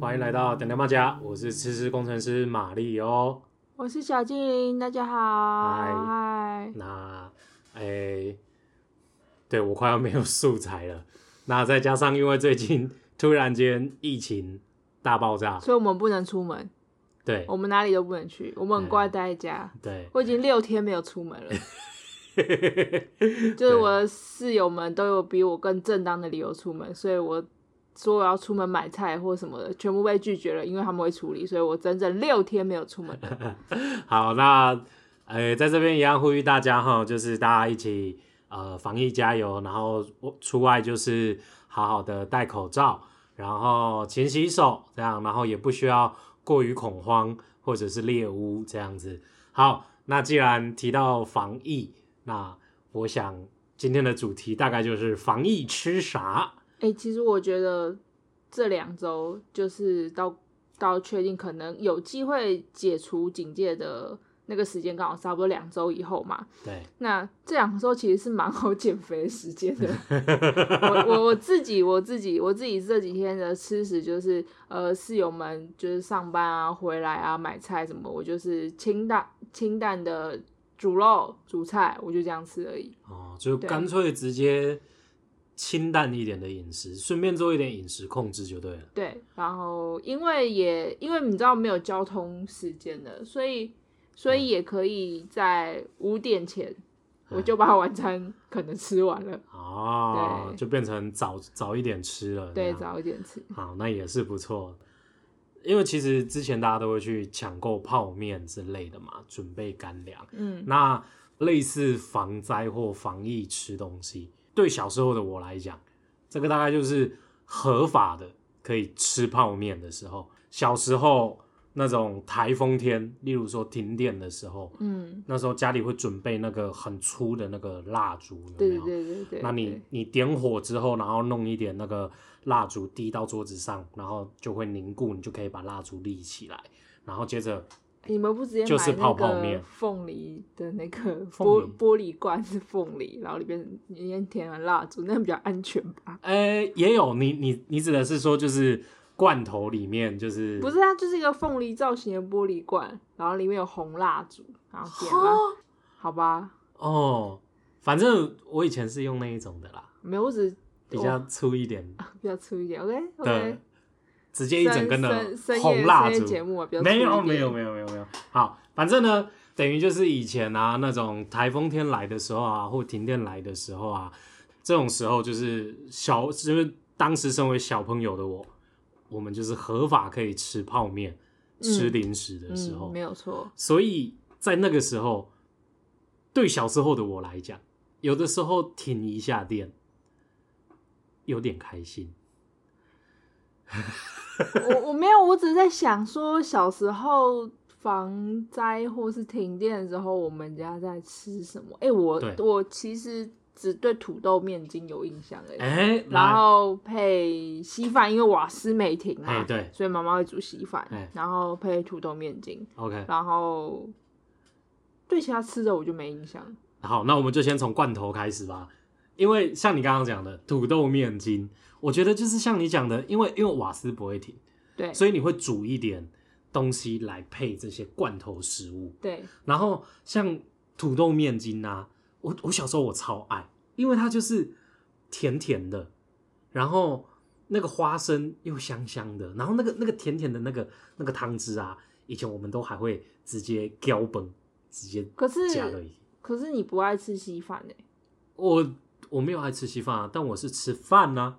欢迎来到点点妈家，我是吃吃工程师玛丽哦。我是小精灵，大家好，嗯嗨，那诶、对我快要没有素材了。那再加上因为最近突然间疫情大爆炸，所以我们不能出门，对我们哪里都不能去，我们很乖，待在家。对，我已经六天没有出门了，就是我的室友们都有比我更正当的理由出门，所以我说我要出门买菜或什么的，全部被拒绝了，因为他们会处理，所以我整整六天没有出门了。 好，那呃，在这边一样呼吁大家哈，就是大家一起呃防疫加油，然后出外就是好好的戴口罩，然后勤洗手，这样，然后也不需要过于恐慌或者是猎巫这样子。好，那既然提到防疫，那我想今天的主题大概就是防疫吃啥？哎、其实我觉得这两周就是到到确定可能有机会解除警戒的那个时间，刚好差不多两周以后嘛，对，那这两周其实是蛮好减肥的时间的。我我我自己我自己我自己这几天的吃食就是，呃，室友们就是上班啊、回来啊、买菜什么，我就是清淡清淡的煮肉、煮菜，我就这样吃而已。哦，就对干脆直接清淡一点的饮食，顺便做一点饮食控制就对了。对，然后因为也因为你知道没有交通时间的，所以所以也可以在五点前，我就把晚餐可能吃完了，哦，对就变成早早一点吃了。对，这样早一点吃。好，那也是不错。因为其实之前大家都会去抢购泡面之类的嘛，准备干粮。嗯，那类似防灾或防疫吃东西，对小时候的我来讲，这个大概就是合法的可以吃泡面的时候。小时候那种台风天，例如说停电的时候，嗯，那时候家里会准备那个很粗的那个蜡烛，有没有？对对对对对。那你对哎你点火之后，然后弄一点那个蜡烛滴到桌子上，然后就会凝固，你就可以把蜡烛立起来，然后接着你们不直接就是买泡那泡面个凤梨的那个凤玻梨玻璃罐是凤梨，然后里边里面填了蜡烛，那样比较安全吧？呃也有你你你指的是说就是罐头里面就是不是，它就是一个凤梨造型的玻璃罐，然后里面有红蜡烛，然后点了，好吧？哦，反正我以前是用那一种的啦，没有，我只比较粗一点我比较粗一点，OK 的 OK。，直接一整根的深深红蜡深夜烛。节目啊，比较粗一没有点没有没有没有没有。好，反正呢，等于就是以前啊，那种台风天来的时候啊，或停电来的时候啊，这种时候就是小，就是当时身为小朋友的我，我们就是合法可以吃泡面、吃零食的时候，嗯，没有错，所以在那个时候，对小时候的我来讲，有的时候停一下电，有点开心。我我没有，我只是在想说，小时候防灾或是停电的时候，我们家在吃什么？哎、我对我其实只对土豆面筋有印象哎、哎、然来后配稀饭，因为瓦斯没停哎嘛，对所以妈妈会煮稀饭哎，然后配土豆面筋， ，OK，然后对其他吃的我就没印象。好，那我们就先从罐头开始吧，因为像你刚刚讲的土豆面筋，我觉得就是像你讲的，因为因为瓦斯不会停，对所以你会煮一点东西来配这些罐头食物。对，然后像土豆面筋啊，我我小时候我超爱，因为它就是甜甜的，然后那个花生又香香的，然后那个那个甜甜的那个那个汤汁啊，以前我们都还会直接浇崩，直接可是加了一。可是你不爱吃稀饭哎、我我没有爱吃稀饭啊，但我是吃饭呢、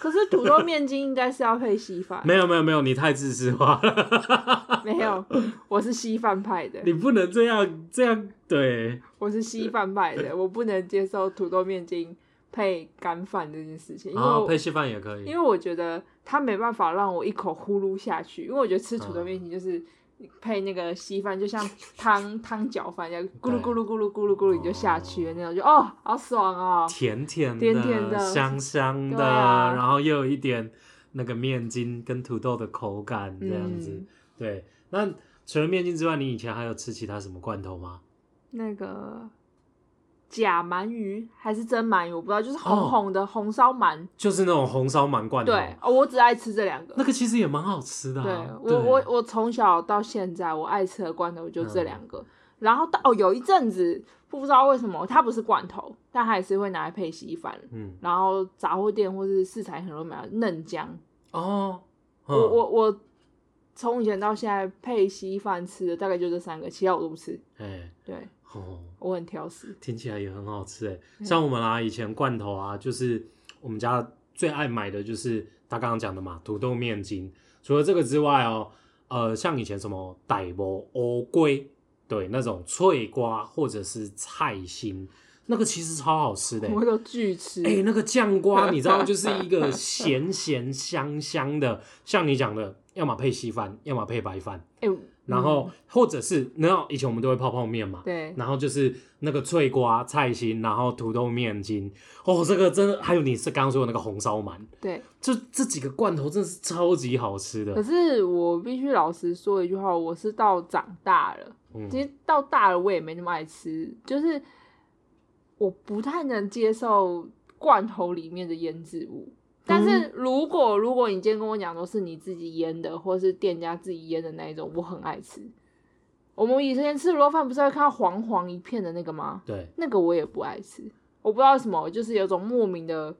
可是土豆面筋应该是要配稀饭。没有没有没有，你太自私化了， 没有，我是稀饭派的，你不能这样这样对。我是稀饭派的，我不能接受土豆面筋配干饭这件事情，因为然后我、啊配稀饭也可以，因为我觉得它没办法让我一口呼噜下去，因为我觉得吃土豆面筋就是。你配那个稀饭，就像汤汤饺饭一样，咕噜咕噜咕噜咕噜咕哦噜，你就下去了那种，就哦，好爽哦！甜甜的、甜甜的香香的，对啊然后又有一点那个面筋跟土豆的口感 这样子。嗯对，那除了面筋之外，你以前还有吃其他什么罐头吗？那个假鳗鱼还是真鳗鱼，我不知道，就是哦红红的、红烧鳗。就是那种红烧鳗罐头，对，哦，我只爱吃这两个。那个其实也蛮好吃的、对啊。我我我从小到现在，我爱吃的罐头就嗯这两个。然后到哦，有一阵子不知道为什么，它不是罐头，但它也是会拿来配稀饭。嗯然后杂货店或是市场很容易买到嫩姜。哦，嗯我我我从以前到现在配稀饭吃的大概就这三个，其他我都不吃。哎、对哦，我很挑食。听起来也很好吃哎。嗯像我们啊，以前罐头啊，就是我们家最爱买的就是他刚刚讲的嘛，土豆面筋。除了这个之外哦，呃，像以前什么傣博欧龟，对，那种脆瓜或者是菜心，那个其实超好吃的欸。我都拒吃。哎、那个酱瓜，你知道，就是一个咸咸香香的，像你讲的，要么配稀饭，要么配白饭，哎、然后、或者是，你知道以前我们都会泡泡面嘛，对，然后就是那个脆瓜、菜心，然后土豆面筋，哦，这个真的，还有你是刚刚说的那个红烧鳗，对，就这几个罐头真的是超级好吃可的，是我必须老实说一句话，我是到长大了，嗯其实到大了我也没那么爱吃，就是我不太能接受罐头里面的腌制物。但是嗯如果如果你今天跟我讲说是你自己腌的，或是店家自己腌的那一种，我很爱吃。我们以前吃卤肉饭不是会看到黄黄一片的那个吗？对，那个我也不爱吃，我不知道为什么，就是有种莫名的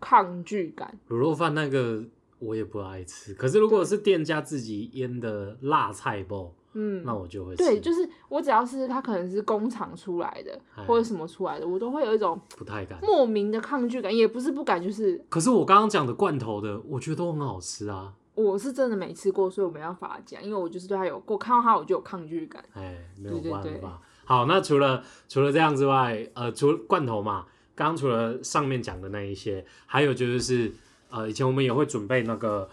抗拒感。卤肉饭那个我也不爱吃，可是如果是店家自己腌的辣菜包，嗯，那我就会吃，对，就是我只要是它可能是工厂出来的哎或者什么出来的，我都会有一种不太敢。莫名的抗拒感，也不是不敢，就是可是我刚刚讲的罐头的，我觉得都很好吃啊，我是真的没吃过，所以我没办法讲，因为我就是对它有，我看到它我就有抗拒感。哎，没有对对办法。对好，那除了呃除了这样之外，呃，除了罐头嘛，刚刚除了上面讲的那一些，还有就是呃，以前我们也会准备那个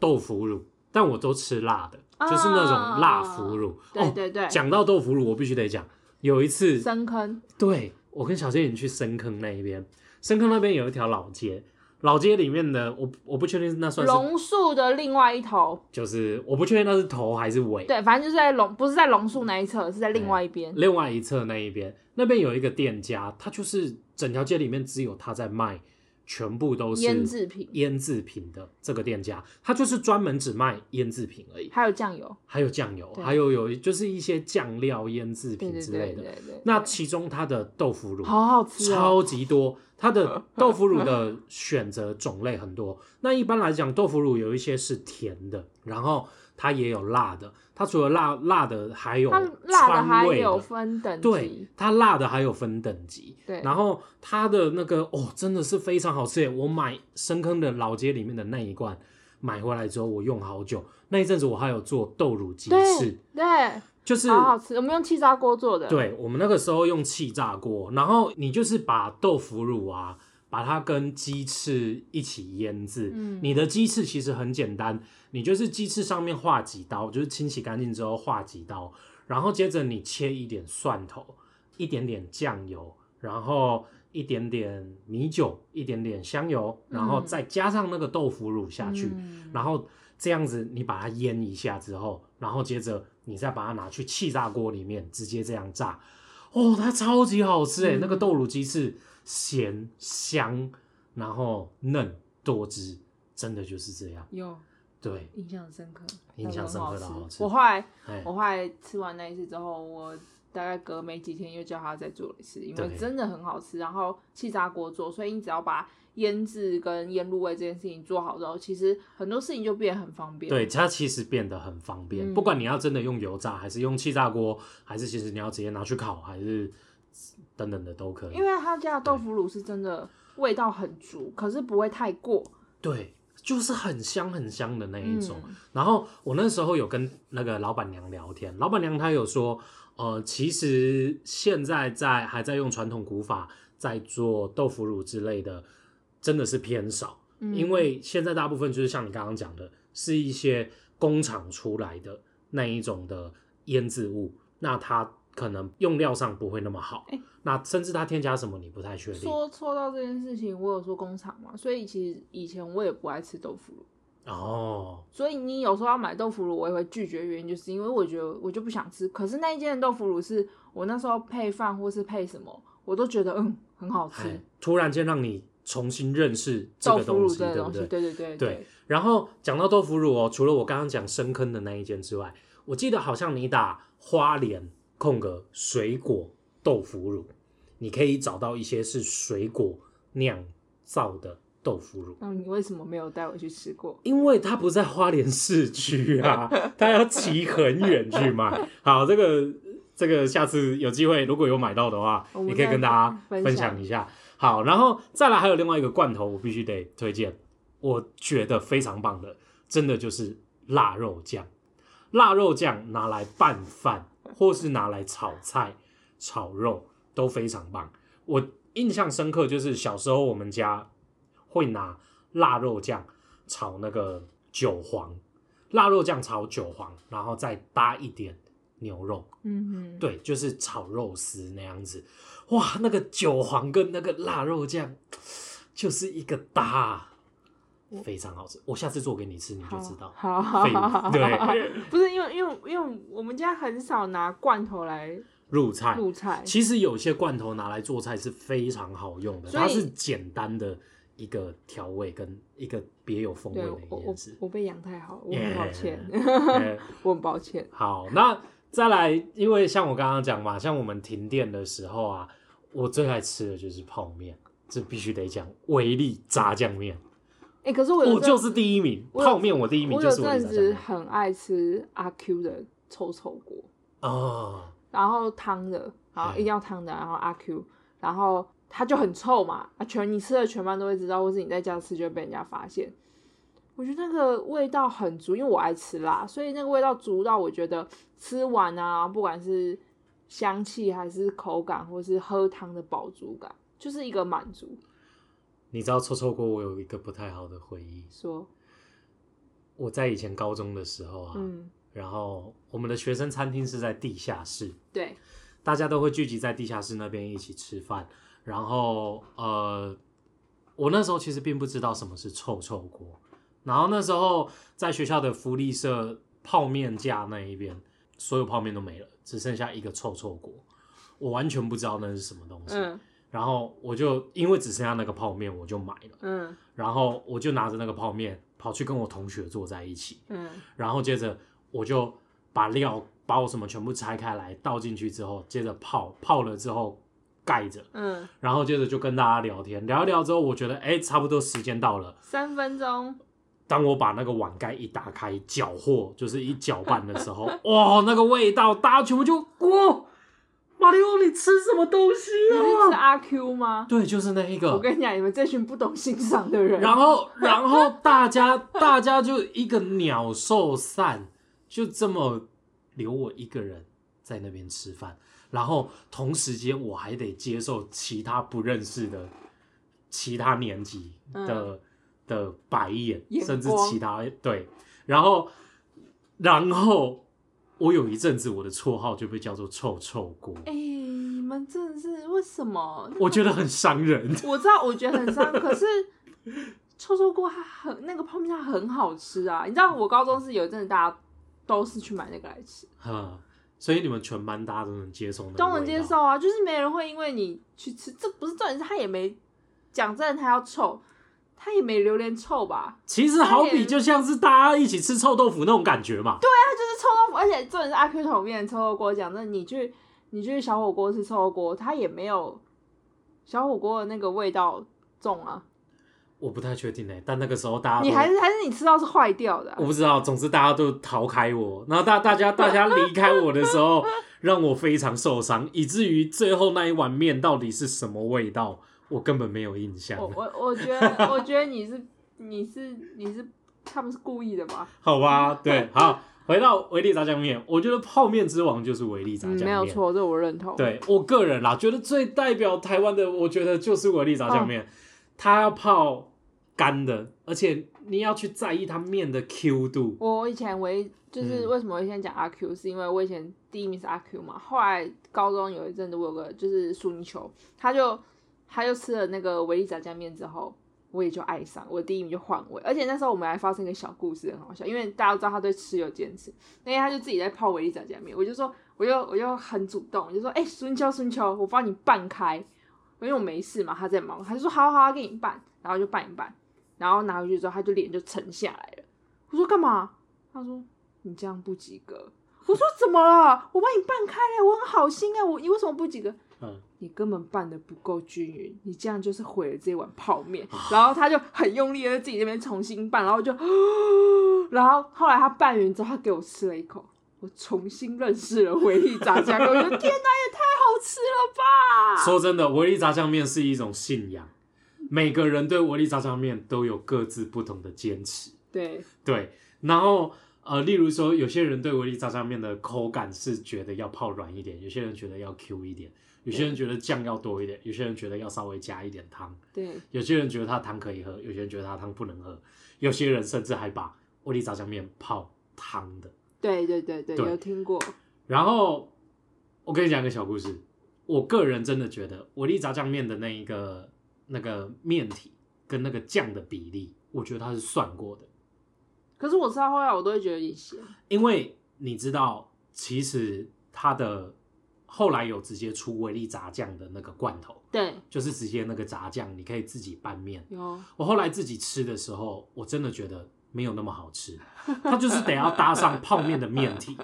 豆腐乳，但我都吃辣的，就是那啊种辣腐乳。对哦，对对，讲到豆腐乳，我必须得讲，有一次，深坑，对我跟小仙女去深坑那一边，深坑那边有一条老街。老街里面的我我不确定那算是榕树的另外一头，就是我不确定那是头还是尾，对，反正就是在榕，不是在榕树那一侧，是在另外一边。另外一侧那一边，那边有一个店家，他就是整条街里面只有他在卖，全部都是腌制品，腌制品的这个店家，他就是专门只卖腌制品而已，还有酱油，还有酱油，对还有有就是一些酱料腌制对品对之对类对的。对对，那其中他的豆腐乳好好吃哦，超级多，它的豆腐乳的选择种类很多。那一般来讲，豆腐乳有一些是甜的，然后它也有辣的，它除了辣辣的还有它辣的还川味有分等对级，，它辣的还有分等级，对，然后它的那个哦，真的是非常好吃耶！我买深坑的老街里面的那一罐，买回来之后我用好久，那一阵子我还有做豆乳鸡对啊翅，对，就是好好吃。我们用气炸锅做的，，对我们那个时候用气炸锅，然后你就是把豆腐乳啊，把它跟鸡翅一起腌制。嗯你的鸡翅其实很简单，你就是鸡翅上面划几刀，就是清洗干净之后划几刀，然后接着你切一点蒜头，一点点酱油，然后一点点米酒，一点点香油，然后嗯再加上那个豆腐乳下去，嗯然后这样子你把它腌一下之后，然后接着你再把它拿去气炸锅里面直接这样炸，哦，它超级好吃诶、嗯那个豆乳鸡翅咸香，然后嫩多汁，真的就是这样。有对，印象深刻，印象深刻到那个很好好吃我后来哎我，后来吃完那一次之后，我大概隔没几天又叫他再做一次，因对为真的很好吃。然后气炸锅做，所以你只要把腌制跟腌入味这件事情做好之后，其实很多事情就变得很方便。对，它其实变得很方便，嗯不管你要真的用油炸，还是用气炸锅，还是其实你要直接拿去烤，还是等等的都可以因。为他家的豆腐乳是真的味道很足，可是不会太过对，就是很香很香的那一种。嗯然后我那时候有跟那个老板娘聊天，老板娘她有说，呃，其实现在在还在用传统古法在做豆腐乳之类的，真的是偏少，嗯因为现在大部分就是像你刚刚讲的，是一些工厂出来的那一种的腌制物，那它可能用料上不会那么好，哎那甚至它添加什么你不太确定。说说到这件事情，我有说工厂嘛，所以其实以前我也不爱吃豆腐乳，哦，所以你有时候要买豆腐乳，我也会拒绝，原因就是因为我觉得我就不想吃。可是那一间的豆腐乳是我那时候配饭或是配什么，我都觉得嗯很好吃哎，，突然间让你重新认识这豆个腐乳东西，这个对不东对？西，对 对对对然后讲到豆腐乳哦，除了我刚刚讲深坑的那一间之外，我记得好像你打花莲空格水果豆腐乳，你可以找到一些是水果酿造的豆腐乳。那你为什么没有带我去吃过？因为它不在花莲市区啊，它要骑很远去买。好，这个这个下次有机会如果有买到的话我，们也可以再跟大家分分享享一下。好，然后再来还有另外一个罐头，我必须得推荐，我觉得非常棒的，真的就是腊肉酱。腊肉酱拿来拌饭，或是拿来炒菜、炒肉都非常棒。我印象深刻就是小时候我们家会拿腊肉酱炒那个韭黄，腊肉酱炒韭黄，然后再搭一点牛肉，嗯嗯，对，就是炒肉丝那样子。哇，那个韭黄跟那个腊肉酱就是一个搭啊，非常好吃。我下次做给你吃，你就知道。好， 废好物，对，不是因为因为因为我们家很少拿罐头来入菜。入菜，哎其实有些罐头拿来做菜是非常好用的，所以它是简单的一个调味跟一个别有风味对的我一我件事。我被养太好，我很抱歉 哎我很抱歉。好，那再来，因为像我刚刚讲嘛，像我们停电的时候啊，我最爱吃的就是泡面，这必须得讲维力炸酱面，哎、可是我有我阵就是第一名，我有泡面我第一名我就有是维力阵炸酱子面很爱吃阿 Q 的臭臭锅，哦，然后汤的，然后嗯一定要汤的，然后阿 Q，然后它就很臭嘛，啊全你吃了全班都会知道，或是你在家吃就会被人家发现。我觉得那个味道很足，因为我爱吃辣，所以那个味道足到我觉得吃完啊，不管是香气还是口感，或是喝汤的饱足感，就是一个满足。你知道臭臭锅我有一个不太好的回忆，说，我在以前高中的时候啊，嗯，然后我们的学生餐厅是在地下室，对，大家都会聚集在地下室那边一起吃饭。然后呃，我那时候其实并不知道什么是臭臭锅。然后那时候在学校的福利社泡面架那一边，所有泡面都没了，只剩下一个臭臭锅。我完全不知道那是什么东西。嗯然后我就因为只剩下那个泡面，我就买了。嗯然后我就拿着那个泡面跑去跟我同学坐在一起。嗯，然后接着我就把料把我什么全部拆开来倒进去之后，接着泡泡了之后盖着，嗯，然后接着就跟大家聊天，聊一聊之后，我觉得哎差不多时间到了。三分钟，当我把那个碗盖一打开，搅和就是一搅拌的时候，哇，那个味道，大家全部就哇，马里奥你吃什么东西你是吃啊？阿 Q 吗？对，就是那一个。我跟你讲，你们这群不懂欣赏的 人，然后，然后大家大家就一个鸟兽散，就这么留我一个人在那边吃饭。然后同时间我还得接受其他不认识的其他年级的、的白眼，嗯眼甚至光其他对。然后，然后我有一阵子我的绰号就被叫做臭臭锅，哎、你们真的是为什么？我觉得很伤人。 我知道，我觉得很伤，可是臭臭锅它很那个泡面它很好吃啊！你知道我高中是有一阵子大家都是去买那个来吃，哈，所以你们全班大家都能接受那个都能味接道受啊，就是没人会因为你去吃，这不是重点，是它也没讲真的，它要臭，它也没榴莲臭吧？其实好比就像是大家一起吃臭豆腐那种感觉嘛。对，它就是臭豆腐，而且重点是阿 Q 桶面臭豆锅。讲真的，你去你去小火锅吃臭豆锅，它也没有小火锅的那个味道重啊。我不太确定哎、但那个时候大家都你还是还是你吃到是坏掉的啊、我不知道，总之大家都逃开我，然后大大家大家离开我的时候， 让我非常受伤，以至于最后那一碗面到底是什么味道，我根本没有印象我。我我觉 得我觉得你是你是你是他们是故意的吧？好吧，对，好，回到维力炸酱面，我觉得泡面之王就是维力炸酱面，嗯没有。错，这我认同。，对我个人啦，觉得最代表台湾的，我觉得就是维力炸酱面，它要泡干的，而且你要去在意它面的 Q 度。我以前唯一就是嗯为什么我以前讲阿 Q，是因为我以前第一名是阿 Q 嘛，后来高中有一阵子我有个就是苏泥球，他就他就吃了那个维力炸酱面之后。我也就爱上，我第一名就换位，而且那时候我们还发生一个小故事，很好笑，因为大家都知道他对吃有坚持，那天他就自己在泡维力炸酱面，我就说我就我就很主动，我就说：“哎、孙秋，孙秋，我帮你拌开，因为我没事嘛，他在忙，他就说：好好，好给你拌，然后就拌一拌，然后拿回去之后，他就脸就沉下来了。我说干嘛？他说你这样不及格。我说怎么了？我帮你拌开了，我很好心啊，我你为什么不及格？嗯，你根本拌的不够均匀，你这样就是毁了这碗泡面。然后他就很用力的自己那边重新拌，然后我就， 然后后来他拌匀之后，他给我吃了一口，我重新认识了回力炸酱面，我觉得天哪，也太好吃了吧！说真的，维力炸酱面是一种信仰，每个人对维力炸酱面都有各自不同的坚持。对，对，然后呃，例如说，有些人对维力炸酱面的口感是觉得要泡软一点，有些人觉得要 Q 一点，有些人觉得酱要多一点，有些人觉得要稍微加一点汤，对，有些人觉得它汤可以喝，有些人觉得它汤不能喝，有些人甚至还把维力炸酱面泡汤的。对，对，对，对，对有听过，然后我跟你讲一个小故事，我个人真的觉得维力炸酱面的那一个那个面体跟那个酱的比例，我觉得它是算过的。可是我吃到后来，我都会觉得有点咸。因为你知道，其实它的后来有直接出维力炸酱的那个罐头，对，就是直接那个炸酱，你可以自己拌面。有，我后来自己吃的时候，我真的觉得没有那么好吃，它就是得要搭上泡面的面体，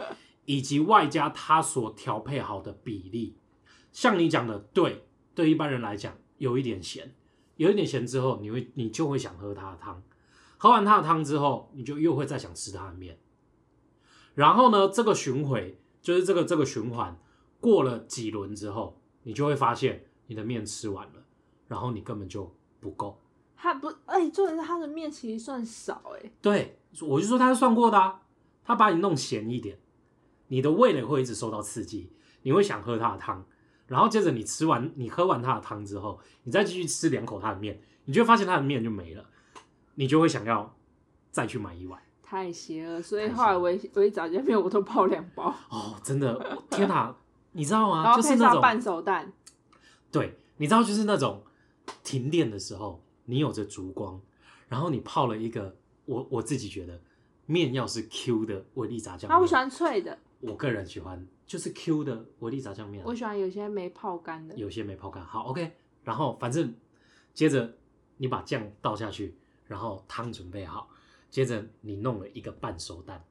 以及外加它所调配好的比例。像你讲的，对，对一般人来讲有一点咸，有一点咸之后，你会你就会想喝它的汤，喝完它的汤之后，你就又会再想吃它的面。然后呢，这个巡回就是这个这个循环过了几轮之后，你就会发现你的面吃完了，然后你根本就不够。它不，哎、重点是它的面其实算少、哎，对，我就说他是算过的啊，他把你弄咸一点，你的味蕾会一直受到刺激，你会想喝他的汤，然后接着你吃完，你喝完他的汤之后，你再继续吃两口他的面，你就会发现他的面就没了，你就会想要再去买一碗。太邪了。所以太后来邪我一我一早见面，我都泡两包，哦，真的，天哪，你知道然吗？后就是配那上半种，熟蛋。对，你知道就是那种停电的时候，你有着烛光，然后你泡了一个，我我自己觉得面要是 Q 的维力炸酱面，那我喜欢脆的，我个人喜欢就是 Q 的维力炸酱面啊、我喜欢有些没泡干的。有些没泡干。好，OK。然后反正接着你把酱倒下去，然后汤准备好，接着你弄了一个半熟蛋，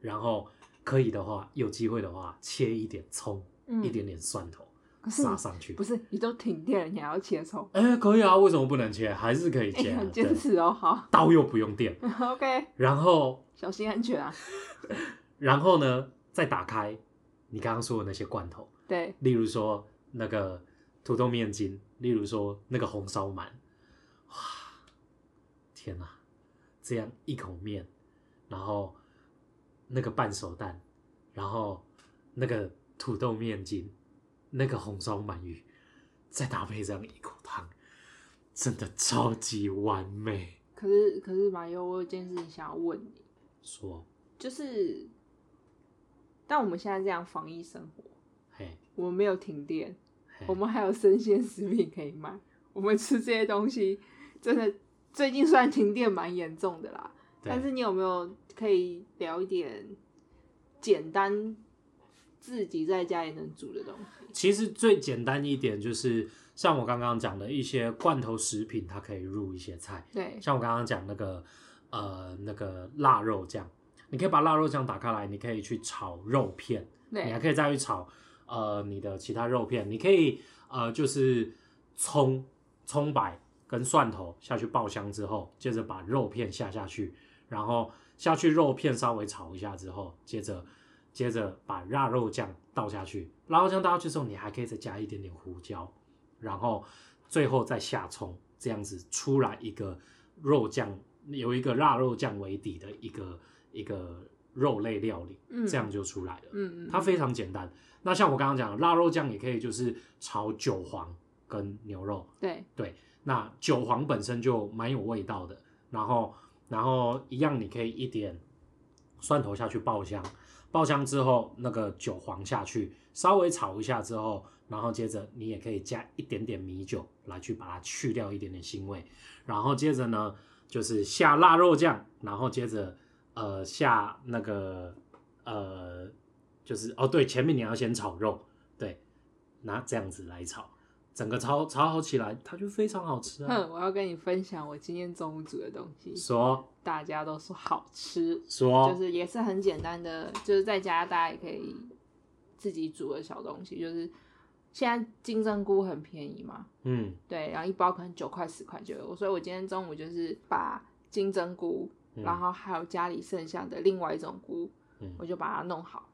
然后可以的话，有机会的话切一点葱，嗯一点点蒜头可是撒你上去不。是你都停电了，你还要切葱？ 哎、可以啊，为什么不能切？还是可以哎、切、啊。很对坚持哦，好刀又不用电， ，OK，然后小心安全啊。然后呢，再打开你刚刚说的那些罐头。对，例如说那个土豆面筋，例如说那个红烧鳗，哇，天哪、这样一口面，然后那个半熟蛋，然后那个土豆面筋，那个红烧鳗鱼，再搭配这样一口汤，真的超级完美。可是可是马优，我有件事情想要问你，说，就是，但我们现在这样防疫生活，嘿，我们没有停电，嘿我们还有生鲜食品可以买，我们吃这些东西，真的最近虽然停电蛮严重的啦，对但是你有没有可以聊一点简单自己在家也能煮的东西？其实最简单一点就是像我刚刚讲的一些罐头食品，它可以入一些菜。对，像我刚刚讲那个呃那个腊肉酱，你可以把腊肉酱打开来，你可以去炒肉片，你还对，可以再去炒呃你的其他肉片，你可以呃就是葱葱白跟蒜头下去爆香之后，接着把肉片下下去，然后下去肉片稍微炒一下之后，接着。接着把腊肉酱倒下去，腊肉酱倒下去之后，你还可以再加一点点胡椒，然后最后再下葱，这样子出来一个肉酱，由一个腊肉酱为底的一个一个肉类料理，嗯这样就出来了。嗯嗯，它非常简单。那像我刚刚讲的，腊肉酱也可以就是炒韭黄跟牛肉，对那韭黄本身就蛮有味道的，然后然后一样你可以一点蒜头下去爆香，爆香之后那个韭黄下去稍微炒一下之后，然后接着你也可以加一点点米酒来去把它去掉一点点腥味，然后接着呢就是下腊肉酱，然后接着呃下那个呃就是哦对，前面你要先炒肉，对，拿这样子来炒，整个炒炒好起来，它就非常好吃啊。哼，我要跟你分享我今天中午煮的东西，说大家都说好吃，就说是也是很简单的，就是在家大家也可以自己煮的小东西，就是现在金针菇很便宜嘛，嗯对，然后一包可能九块十块就有，所以我今天中午就是把金针菇，嗯然后还有家里剩下的另外一种菇，嗯我就把它弄好，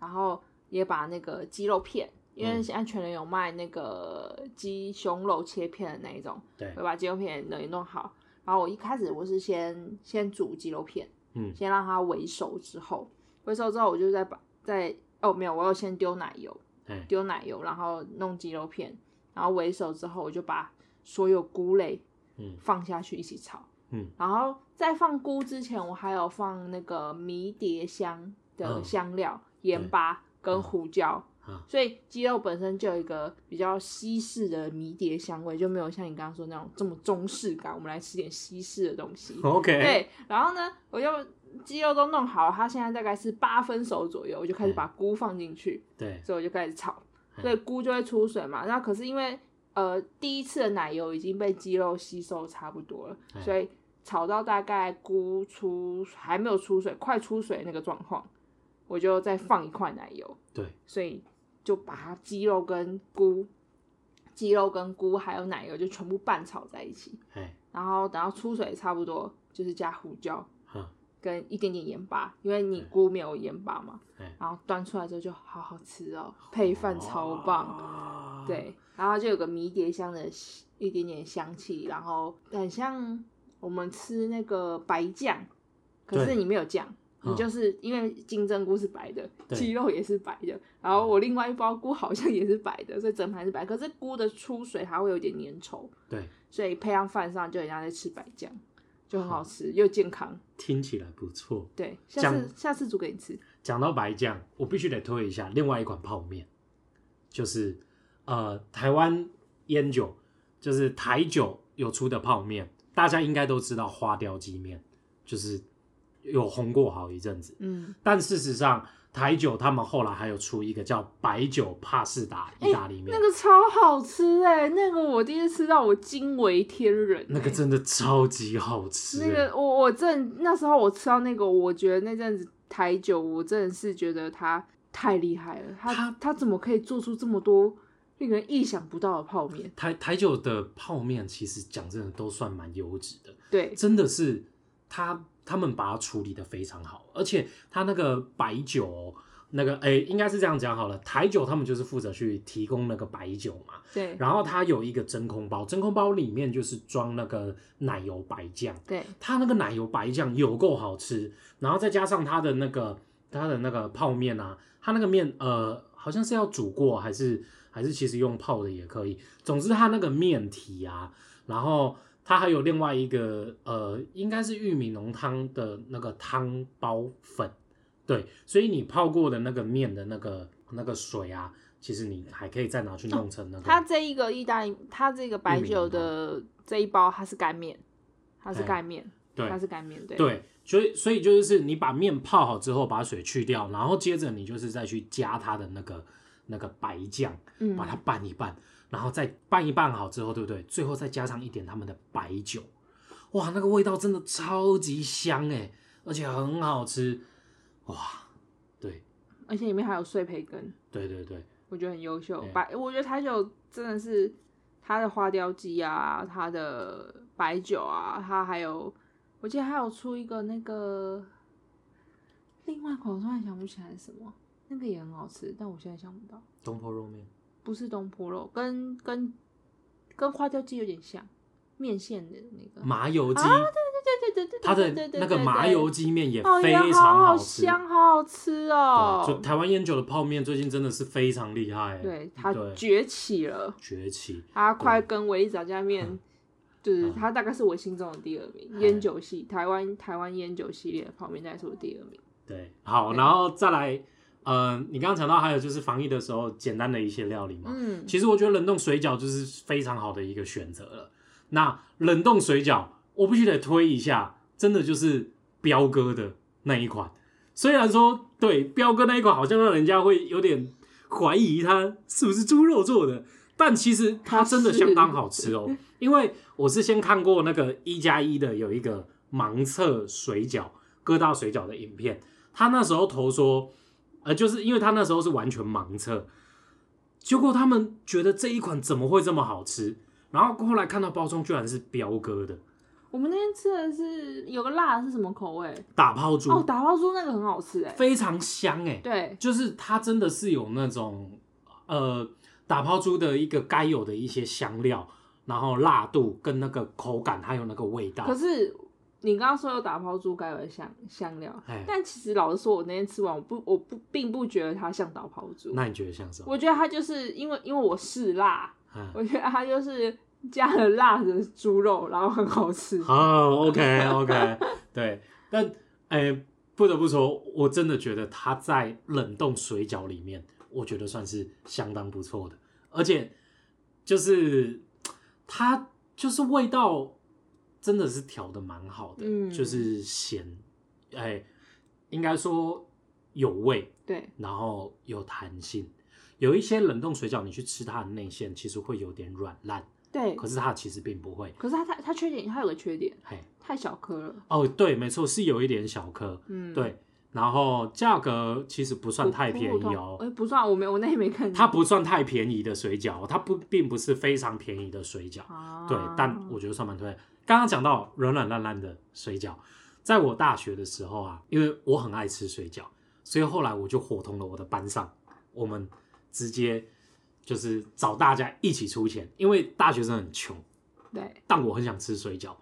然后也把那个鸡肉片，因为嗯现在全联有卖那个鸡胸肉切片的那一种，对我，把鸡肉片也弄好。然后我一开始我是先先煮鸡肉片，嗯先让它微熟之后，微熟之后我就再把再哦没有，我要先丢奶油，哎丢奶油，然后弄鸡肉片，然后微熟之后，我就把所有菇类嗯放下去一起炒。嗯，然后在放菇之前，我还有放那个迷迭香的嗯香料、盐巴跟嗯胡椒，嗯所以鸡肉本身就有一个比较西式的迷迭香味，就没有像你刚刚说那种这么中式感。我们来吃点西式的东西。 ，OK，对，然后呢，我就鸡肉都弄好了，它现在大概是八分熟左右，我就开始嗯把菇放进去。对所以我就开始炒，嗯所以菇就会出水嘛。那可是因为呃第一次的奶油已经被鸡肉吸收差不多了，嗯所以炒到大概菇出还没有出水，快出水那个状况，我就再放一块奶油，对，所以就把它鸡肉跟菇、鸡肉跟菇还有奶油就全部拌炒在一起，哎然后等到出水差不多就是加胡椒好，跟一点点盐巴，因为你菇没有盐巴嘛。哎，然后端出来之后就好好吃哦，配饭超棒。棒，对，然后就有个迷迭香的香一点点香气，然后很像我们吃那个白酱，可是对你没有酱。嗯你就是因为金针菇是白的，对鸡肉也是白的，然后我另外一包菇好像也是白的，所以整盘是白。可是菇的出水还会有点粘稠，对，所以配上饭上就很像在吃白酱，就很好吃又健康。听起来不错。对，下酱次下次煮给你吃。讲到白酱，我必须得推一下另外一款泡面，就是呃台湾烟酒，就是台酒有出的泡面，大家应该都知道花雕鸡面，就是有红过好一阵子。嗯，但事实上，台酒他们后来还有出一个叫白酒帕士达意大利面，哎那个超好吃哎、那个我第一次吃到我惊为天人、欸那个真的超级好吃、欸那个我我正那时候我吃到那个，我觉得那阵子台酒，我真的是觉得它太厉害了，它它它怎么可以做出这么多令人意想不到的 泡面？台台酒的泡面其实讲真的都算蛮优质的，对，真的是他他们把它处理的非常好，而且他那个白酒哦、那个诶、应该是这样讲好了，台酒他们就是负责去提供那个白酒嘛，对，然后它有一个真空包，真空包里面就是装那个奶油白酱，对，它那个奶油白酱有够好吃，然后再加上它的那个它的那个泡面啊，它那个面呃好像是要煮过还是还是其实用泡的也可以，总之它那个面体啊，然后它还有另外一个呃应该是玉米浓汤的那个汤包粉，对，所以你泡过的那个面的那个那个水啊，其实你还可以再拿去弄成那个、它这一个意大利，它这个白酒的这一包，它是干面，它是哎干面，对它是干面，对，对，所以所以就是你把面泡好之后，把水去掉，然后接着你就是再去加它的那个那个白酱，嗯，把它拌一拌，然后再拌一拌好之后，对不对？最后再加上一点他们的白酒，哇，那个味道真的超级香哎，而且很好吃，哇，对而且里面还有碎培根，对对对，我觉得很优秀对。白，我觉得台酒真的是它的花雕鸡啊，它的白酒啊，它还有，我记得还有出一个那个另外一款，我突然想不起来是什么，那个也很好吃，但我现在想不到，东坡肉面，不是东坡肉，跟跟跟花雕鸡有点像，面线的那个，麻油鸡，啊对对对对，它的对对那个对麻对油鸡面也哦非呀常好吃。香，好好吃哦对，，就台湾烟酒的泡面最近真的是非常厉害欸，对它对崛起了。崛起，他快跟唯一炸酱面，就是嗯他大概是我心中的第二名，嗯烟酒系台湾台湾烟酒系列的泡面，大概是我第二名。对，好，然后再来，呃，你刚刚讲到还有就是防疫的时候简单的一些料理嘛，嗯，其实我觉得冷冻水饺就是非常好的一个选择了。那冷冻水饺，我必须得推一下，真的就是彪哥的那一款，虽然说对彪哥那一款好像让人家会有点怀疑它是不是猪肉做的，但其实它真的相当好吃哦。因为我是先看过那个一加一的有一个盲测水饺割到水饺的影片，他那时候投说，呃，就是因为他那时候是完全盲测，结果他们觉得这一款怎么会这么好吃，然后后来看到包装居然是彪哥的我们那天吃的是有个辣的是什么口味？打泡猪，哦，打包猪那个很好吃哎、非常香哎、对，就是它真的是有那种呃打泡猪的一个该有的一些香料，然后辣度跟那个口感还有那个味道可，是你刚刚说有打包猪该有的香香料，哎，但其实老实说，我那天吃完，我不我不并不觉得它像打包猪，那你觉得像什么？我觉得它就是因为因为我是辣，嗯我觉得它就是加了辣的猪肉，然后很好吃。好，OK OK，对， 但哎、不得不说，我真的觉得它在冷冻水饺里面，我觉得算是相当不错的，而且就是它就是味道真的是调的蛮好的，嗯就是咸，哎、应该说有味，对，然后有弹性。有一些冷冻水饺，你去吃它的内馅，其实会有点软烂，对，可是它其实并不会。可是它它它缺点，它有个缺点，嘿，太小颗了。哦，对，没错，是有一点小颗，嗯，对。然后价格其实不不，算太普便普通宜哦，哎，不算，我没我那也没看见。它不算太便宜的水饺，它不并不是非常便宜的水饺，啊，对。但我觉得算蛮推。刚刚讲到软软烂烂的水饺，在我大学的时候啊，因为我很爱吃水饺，所以后来我就伙同了我的班上，我们直接就是找大家一起出钱，因为大学生很穷，对但我很想吃水饺，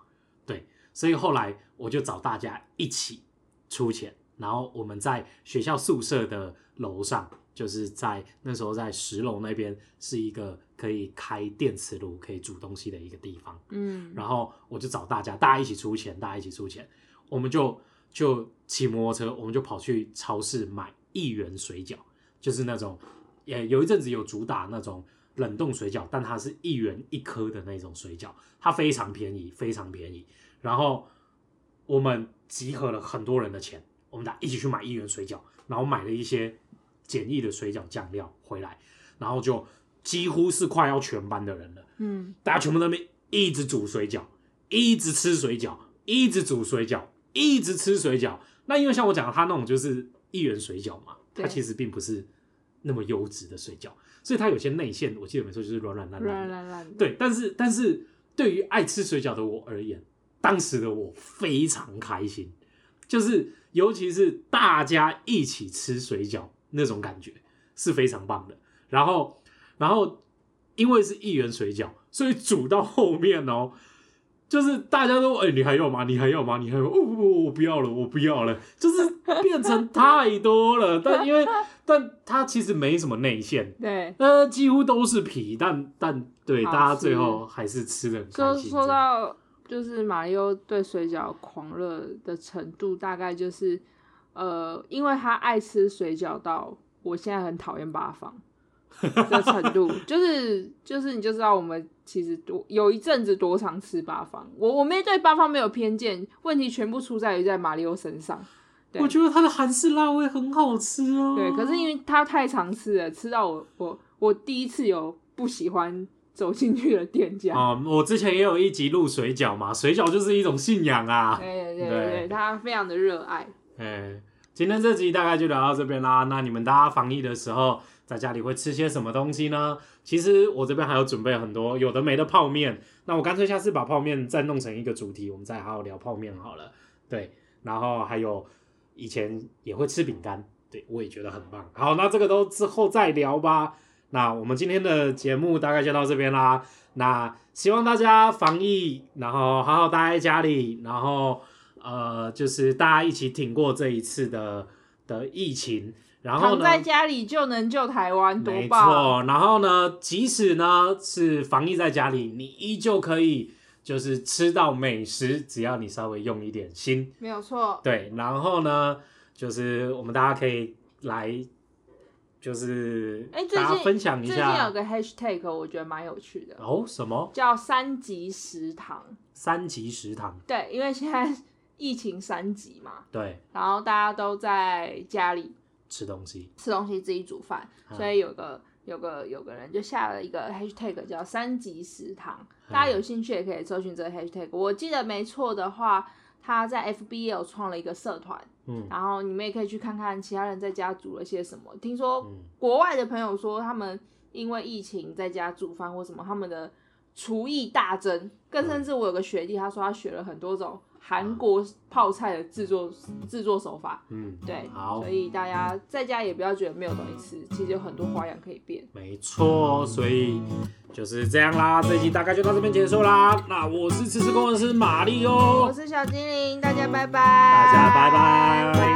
对，所以后来我就找大家一起出钱，然后我们在学校宿舍的楼上，就是在那时候在十楼那边是一个可以开电磁炉、可以煮东西的一个地方，嗯，然后我就找大家，大家一起出钱，大家一起出钱，我们就就骑摩托车，我们就跑去超市买一元水饺，就是那种，也有一阵子有主打那种冷冻水饺，但它是一元一颗的那种水饺，它非常便宜，非常便宜。然后我们集合了很多人的钱，我们俩一起去买一元水饺，然后买了一些简易的水饺酱料回来，然后就几乎是快要全班的人了。嗯，大家全部在那边一直煮水饺，一直吃水饺，一直煮水饺，一直吃水饺。那因为像我讲的，它那种就是一元水饺嘛，对它其实并不是那么优质的水饺，所以它有些内馅，我记得没错，就是软软烂烂软的。烂烂的，对，但是但是对于爱吃水饺的我而言，当时的我非常开心，就是尤其是大家一起吃水饺那种感觉是非常棒的。然后然后因为是一元水饺，所以煮到后面哦。就是大家都哎、你还要吗？你还要吗？你还要吗？哦不不，我不要了，我不要了。就是变成太多了，但因为但它其实没什么内馅，对。呃，几乎都是皮，但但对好大家最吃后还是吃的很开说心。说到就是马里奥对水饺狂热的程度，大概就是呃，因为他爱吃水饺到我现在很讨厌八方 的程度，就是就是你就知道我们其实多有一阵子多常吃八方，我我没对八方没有偏见，问题全部出在于在马里奥身上。真的我觉得它的韩式辣味很好吃哦。对，可是因为他太常吃了，吃到我我我第一次有不喜欢走进去的店家。啊、我之前也有一集录水饺嘛，水饺就是一种信仰啊。对对对对对，他非常的热爱。哎，今天这集大概就聊到这边啦。那你们大家防疫的时候，在家里会吃些什么东西呢？其实我这边还有准备很多有的没的泡面。那我干脆下次把泡面再弄成一个主题，我们再好好聊泡面好了。对，然后还有以前也会吃饼干，对我也觉得很棒。好，那这个都之后再聊吧。那我们今天的节目大概就到这边啦。那希望大家防疫，然后好好待在家里，然后呃，就是大家一起挺过这一次的的疫情。然后躺呢，在家里就能救台湾，多没棒！错，然后呢，即使呢是防疫在家里，你依旧可以就是吃到美食，只要你稍微用一点心。没有错，对，然后呢，就是我们大家可以来，就是哎最近大家分享一最近有下个 hashtag 我觉得蛮有趣的，哦，什么叫“三级食堂三级食堂”。对，因为现在疫情三级嘛， 对，然后大家都在家里吃东西，吃东西自己煮饭，嗯所以有个有个有个人就下了一个 hashtag 叫“三级食堂”，啊大家有兴趣也可以搜寻这个 hashtag。我记得没错的话，他在 FB 也有创了一个社团，嗯然后你们也可以去看看其他人在家煮了些什么。听说嗯，国外的朋友说，他们因为疫情在家煮饭或什么，他们的厨艺大增，更甚至我有个学弟，他说他学了很多种韩国泡菜的制作制作手法。嗯，对，好所以大家在家也不要觉得没有东西吃，其实有很多花样可以变。没错，所以就是这样啦，这一集大概就到这边结束啦。那我是吃吃工程师玛丽哦，我是小精灵，大家拜拜，大家拜拜拜。